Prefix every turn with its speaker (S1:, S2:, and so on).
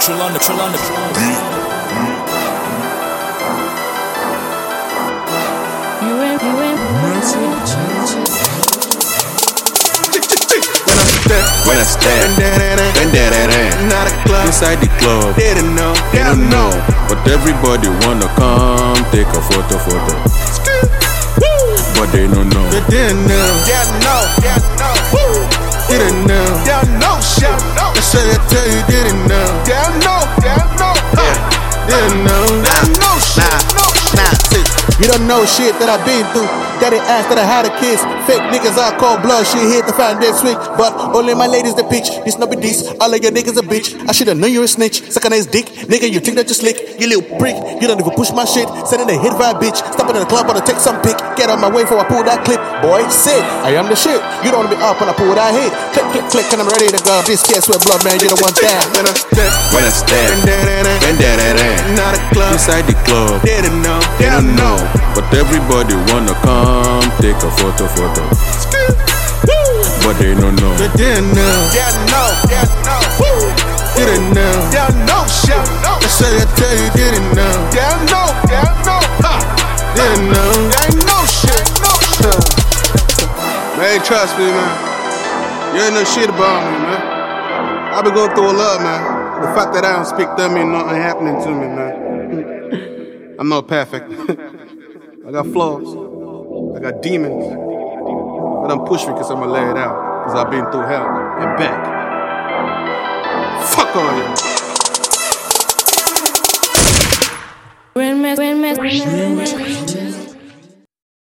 S1: Trill on the, trill on the
S2: When I'm step,
S3: When I stand,
S2: bandana,
S3: then that that that.
S2: not a club.
S3: Inside the club,
S2: They don't know,
S3: they
S2: they
S3: don't
S2: don't
S3: know. But everybody wanna come take a photo, photo.
S2: know.
S3: But they don't know.
S2: But they don't know, they don't know, they don't know. They don't know, they don't know. Shit, I said I tell you, they don't know, they don't know, they don't know. They don't know, they don't know. Shit, no shit.
S4: You don't know shit that I've been through. Daddy asked that I had a kiss. Fake niggas I call blood. She hit the fan this week. But only my ladies the bitch. This no be this. All of your niggas a bitch. I should've known you a snitch. Suckin' his dick. Nigga, you think that you slick. You little prick. You don't even push my shit. Sending a hit by a bitch. Stopping in the club, wanna take some pic. Get out my way before I pull that clip. Boy, sick. I am the shit. You don't wanna be up when I pull that hit. Click, click, click, and I'm ready to go. This kiss with blood, man. You don't want that.
S2: When I'm step,
S3: When I stand,
S2: bandana,
S3: then that that that.
S2: not a club.
S3: Inside the club,
S2: They don't know, they
S3: they
S2: don't
S3: don't know. But everybody wanna come take a photo, photo.
S2: know.
S3: But they don't know.
S2: They didn't know. They know. They know. They didn't know. They know. Shit. They say I tell you didn't know. They know. They know. Didn't know. They know shit. Man, trust me, man. You ain't know shit about me, man. I've been going through a lot, man. The fact that I don't speak to me, nothing happening to me, man. I'm not perfect. I got flaws. I got demons. But I'm pushing because I'ma lay it out. Because I've been through hell and back. Fuck all you.
S5: Remix, remix, remix.